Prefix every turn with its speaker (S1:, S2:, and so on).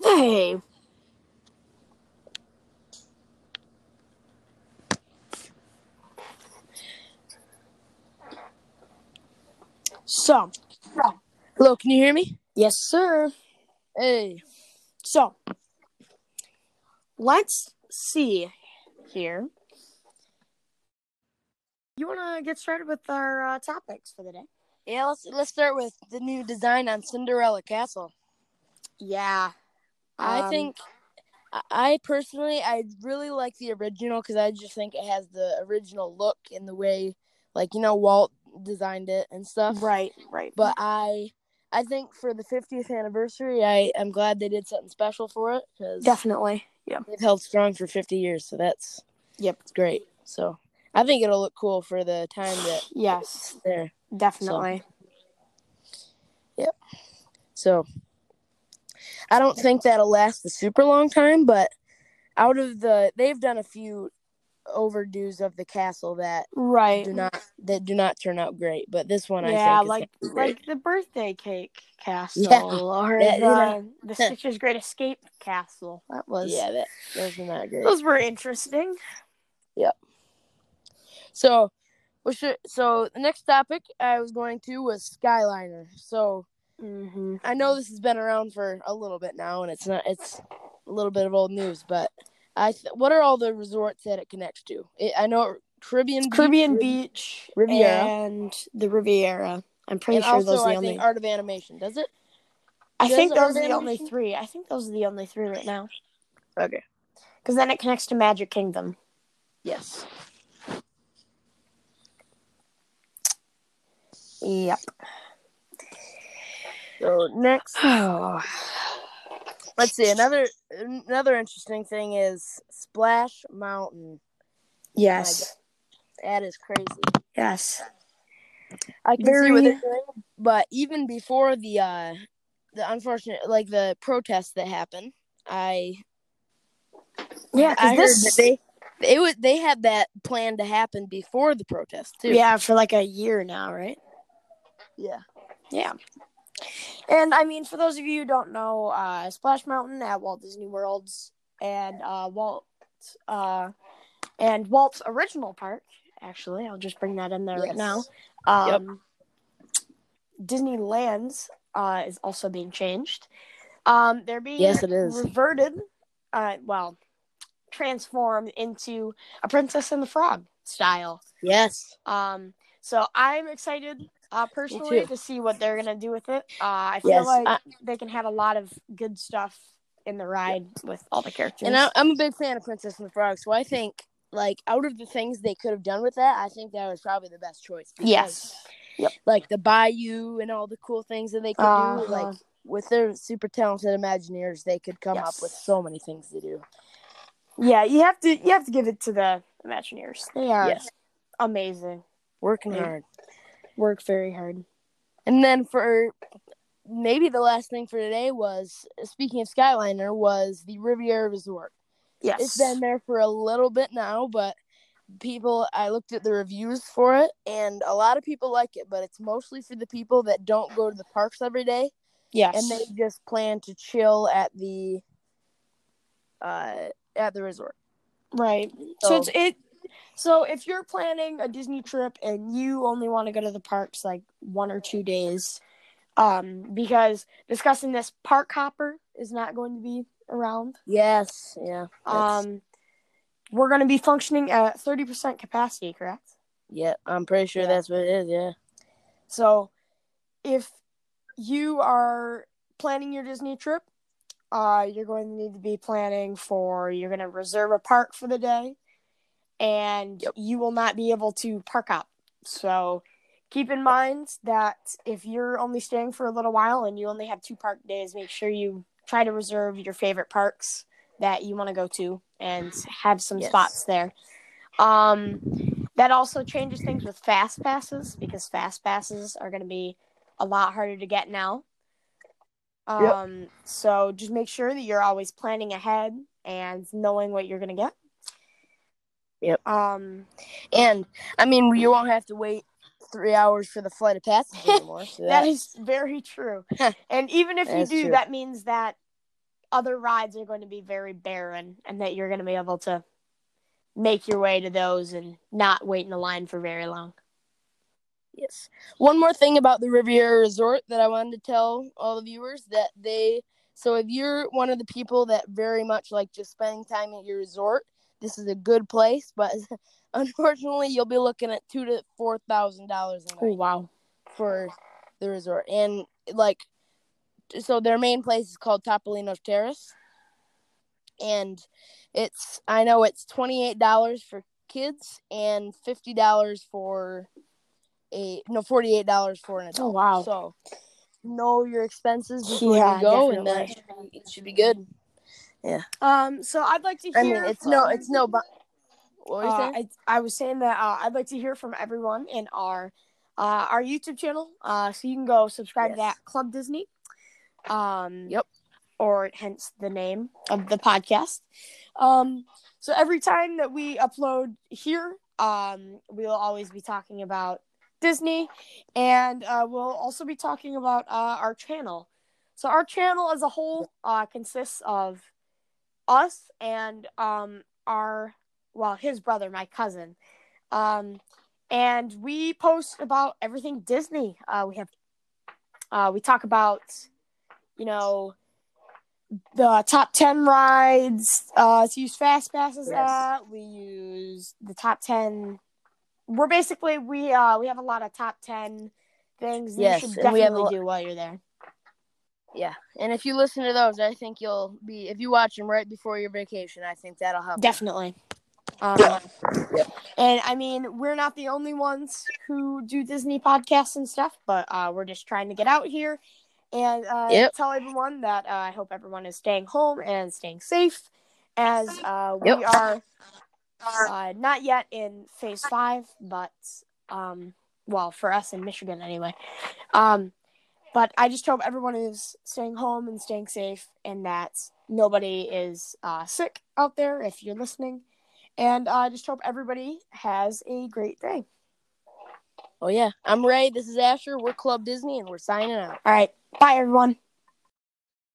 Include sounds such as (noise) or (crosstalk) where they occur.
S1: Hey,
S2: So, hello, can you hear me?
S1: yes, sir.
S2: Hey. So, let's see here.
S1: You want to get started with our uh, topics for the day?
S2: Yeah, let's let's start with the new design on Cinderella Castle.
S1: Yeah,
S2: I
S1: Um,
S2: think I- I personally I really like the original because I just think it has the original look and the way like you know Walt designed it and stuff.
S1: right, right.
S2: But I I think for the 50th anniversary I I'm glad they did something special for it because
S1: definitely, yeah,
S2: they've held strong for 50 years, so that's
S1: Yep.
S2: it's great. So I think it'll look cool for the time that
S1: yes,
S2: it's there.
S1: definitely.
S2: So I don't think that'll last a super long time, but out of the they've done a few overdues of the castle that
S1: Right.
S2: do not that do not turn out great, but this one
S1: yeah,
S2: I think
S1: like
S2: is
S1: like the birthday cake castle
S2: Yeah.
S1: or
S2: That-
S1: the,
S2: yeah.
S1: the Stitch's Great Escape castle. That was
S2: yeah that those are not great.
S1: those were interesting.
S2: So we should so the next topic I was going to was Skyliner. So
S1: Mm-hmm.
S2: I know this has been around for a little bit now, and it's not it's a little bit of old news, but I th- what are all the resorts that it connects to? It, I know it- Caribbean Beach,
S1: Caribbean
S2: Riv-
S1: Beach,
S2: Riviera.
S1: and the Riviera. I'm pretty
S2: and
S1: sure
S2: also
S1: those are the
S2: I
S1: only.
S2: think Art of Animation. Does it?
S1: I
S2: Those
S1: think
S2: are
S1: those are the
S2: Urban
S1: only
S2: Mission?
S1: three. I think those are the only three right now.
S2: Okay.
S1: Because then it connects to Magic Kingdom.
S2: Yes.
S1: (sighs) Yep.
S2: So next,
S1: Oh.
S2: let's see another another interesting thing is Splash Mountain.
S1: Yes.
S2: That is crazy.
S1: Yes.
S2: I can see what
S1: Very-
S2: they're doing, but even before the uh the unfortunate like the protests that happened, I
S1: Yeah,
S2: I
S1: because this.
S2: heard that they it was they had that plan to happen before the protest too.
S1: yeah, for like a year now, right?
S2: yeah.
S1: Yeah. And I mean, for those of you who don't know, uh, Splash Mountain at Walt Disney World's and uh, Walt uh, and Walt's original park. Actually, I'll just bring that in there right
S2: Yes.
S1: now. Um, Disneyland's uh, is also being changed. Um, they're being
S2: Yes, it is.
S1: reverted, uh, well, transformed into a Princess and the Frog style.
S2: Yes.
S1: Um, so I'm excited uh, personally
S2: too.
S1: to see what they're gonna do with it. Uh, I feel
S2: Yes.
S1: like
S2: I-
S1: they can have a lot of good stuff in the ride with all the characters.
S2: and I, I'm a big fan of Princess and the Frog, so I think like out of the things they could have done with that, I think that was probably the best choice. because,
S1: yes,
S2: Like the Bayou and all the cool things that they could
S1: Uh-huh.
S2: do, like with their super talented Imagineers, they could come up
S1: Yes.
S2: with so many things to do.
S1: yeah, you have to you have to give it to the Imagineers. They are
S2: Yes.
S1: amazing.
S2: Working
S1: Yeah.
S2: hard.
S1: Work very hard.
S2: And then for maybe the last thing for today was speaking of Skyliner was the Riviera Resort.
S1: Yes,
S2: It's been there for a little bit now, but people I looked at the reviews for it and a lot of people like it, but it's mostly for the people that don't go to the parks every day
S1: yes,
S2: and they just plan to chill at the uh at the resort.
S1: right.
S2: So-
S1: So it's it. So if you're planning a Disney trip and you only want to go to the parks like one or two days, um, because discussing this park hopper is not going to be around.
S2: Yes, yeah. that's-
S1: Um, we're going to be functioning at 30% capacity, correct?
S2: yeah, I'm pretty sure
S1: yeah.
S2: that's what it is, yeah.
S1: So if you are planning your Disney trip, uh, you're going to need to be planning for, you're going to reserve a park for the day, and
S2: Yep.
S1: you will not be able to park up. So keep in mind that if you're only staying for a little while and you only have two park days, make sure you try to reserve your favorite parks that you want to go to and have some
S2: Yes.
S1: spots there. Um, that also changes things with fast passes because fast passes are going to be a lot harder to get now.
S2: Yep.
S1: Um, so just make sure that you're always planning ahead and knowing what you're going to get.
S2: Yep.
S1: Um,
S2: And I mean you won't have to wait three hours for the flight of
S1: (laughs)
S2: passage anymore. so
S1: that
S2: that-
S1: is very true. and even if you
S2: That's
S1: do,
S2: true.
S1: that means that other rides are going to be very barren and that you're going to be able to make your way to those and not wait in the line for very long.
S2: Yes. One more thing about the Riviera Resort that I wanted to tell all the viewers that they so if you're one of the people that very much like just spending time at your resort, this is a good place, but (laughs) unfortunately you'll be looking at two to four thousand dollars a night
S1: Oh, wow.
S2: for the resort. And like so their main place is called Topolino's Terrace. And it's I know it's twenty eight dollars for kids and fifty dollars for a no forty eight dollars for an adult.
S1: Oh, wow.
S2: So know your expenses before
S1: Yeah,
S2: you go, and that
S1: definitely.
S2: should be, it should be good.
S1: Um, so I'd like to hear.
S2: I mean, it's no,
S1: from-
S2: it's no. Bu- what were you
S1: Uh,
S2: saying?
S1: I, I was saying that uh, I'd like to hear from everyone in our uh, our YouTube channel. Uh, so you can go subscribe to
S2: Yes.
S1: that Club Disney. Um,
S2: Yep.
S1: Or hence the name of the podcast. Um, so every time that we upload here, um, we'll always be talking about Disney, and uh, we'll also be talking about uh, our channel. So our channel as a whole uh, consists of us and um, our well, his brother, my cousin. Um, and we post about everything Disney. Uh, we have, uh, we talk about, you know, the top 10 rides, uh, to use fast passes
S2: Yes.
S1: at. We use the top 10. We're basically, we, uh, we have a lot of top 10 things that
S2: Yes,
S1: you should
S2: and we have
S1: definitely
S2: a lo-
S1: do while you're there.
S2: Yeah, and if you listen to those, I think you'll be if you watch them right before your vacation. I think that'll help.
S1: Definitely. Um,
S2: Yep.
S1: And I mean, we're not the only ones who do Disney podcasts and stuff, but uh, we're just trying to get out here and uh,
S2: Yep.
S1: tell everyone that uh, I hope everyone is staying home and staying safe as uh, we
S2: Yep.
S1: are uh, not yet in phase five, but um, well, for us in Michigan anyway. Um, but I just hope everyone is staying home and staying safe, and that nobody is uh, sick out there if you're listening. And uh, I just hope everybody has a great day.
S2: Oh yeah, I'm Ray. This is Asher. We're Club Disney, and we're signing out.
S1: All right. Bye, everyone.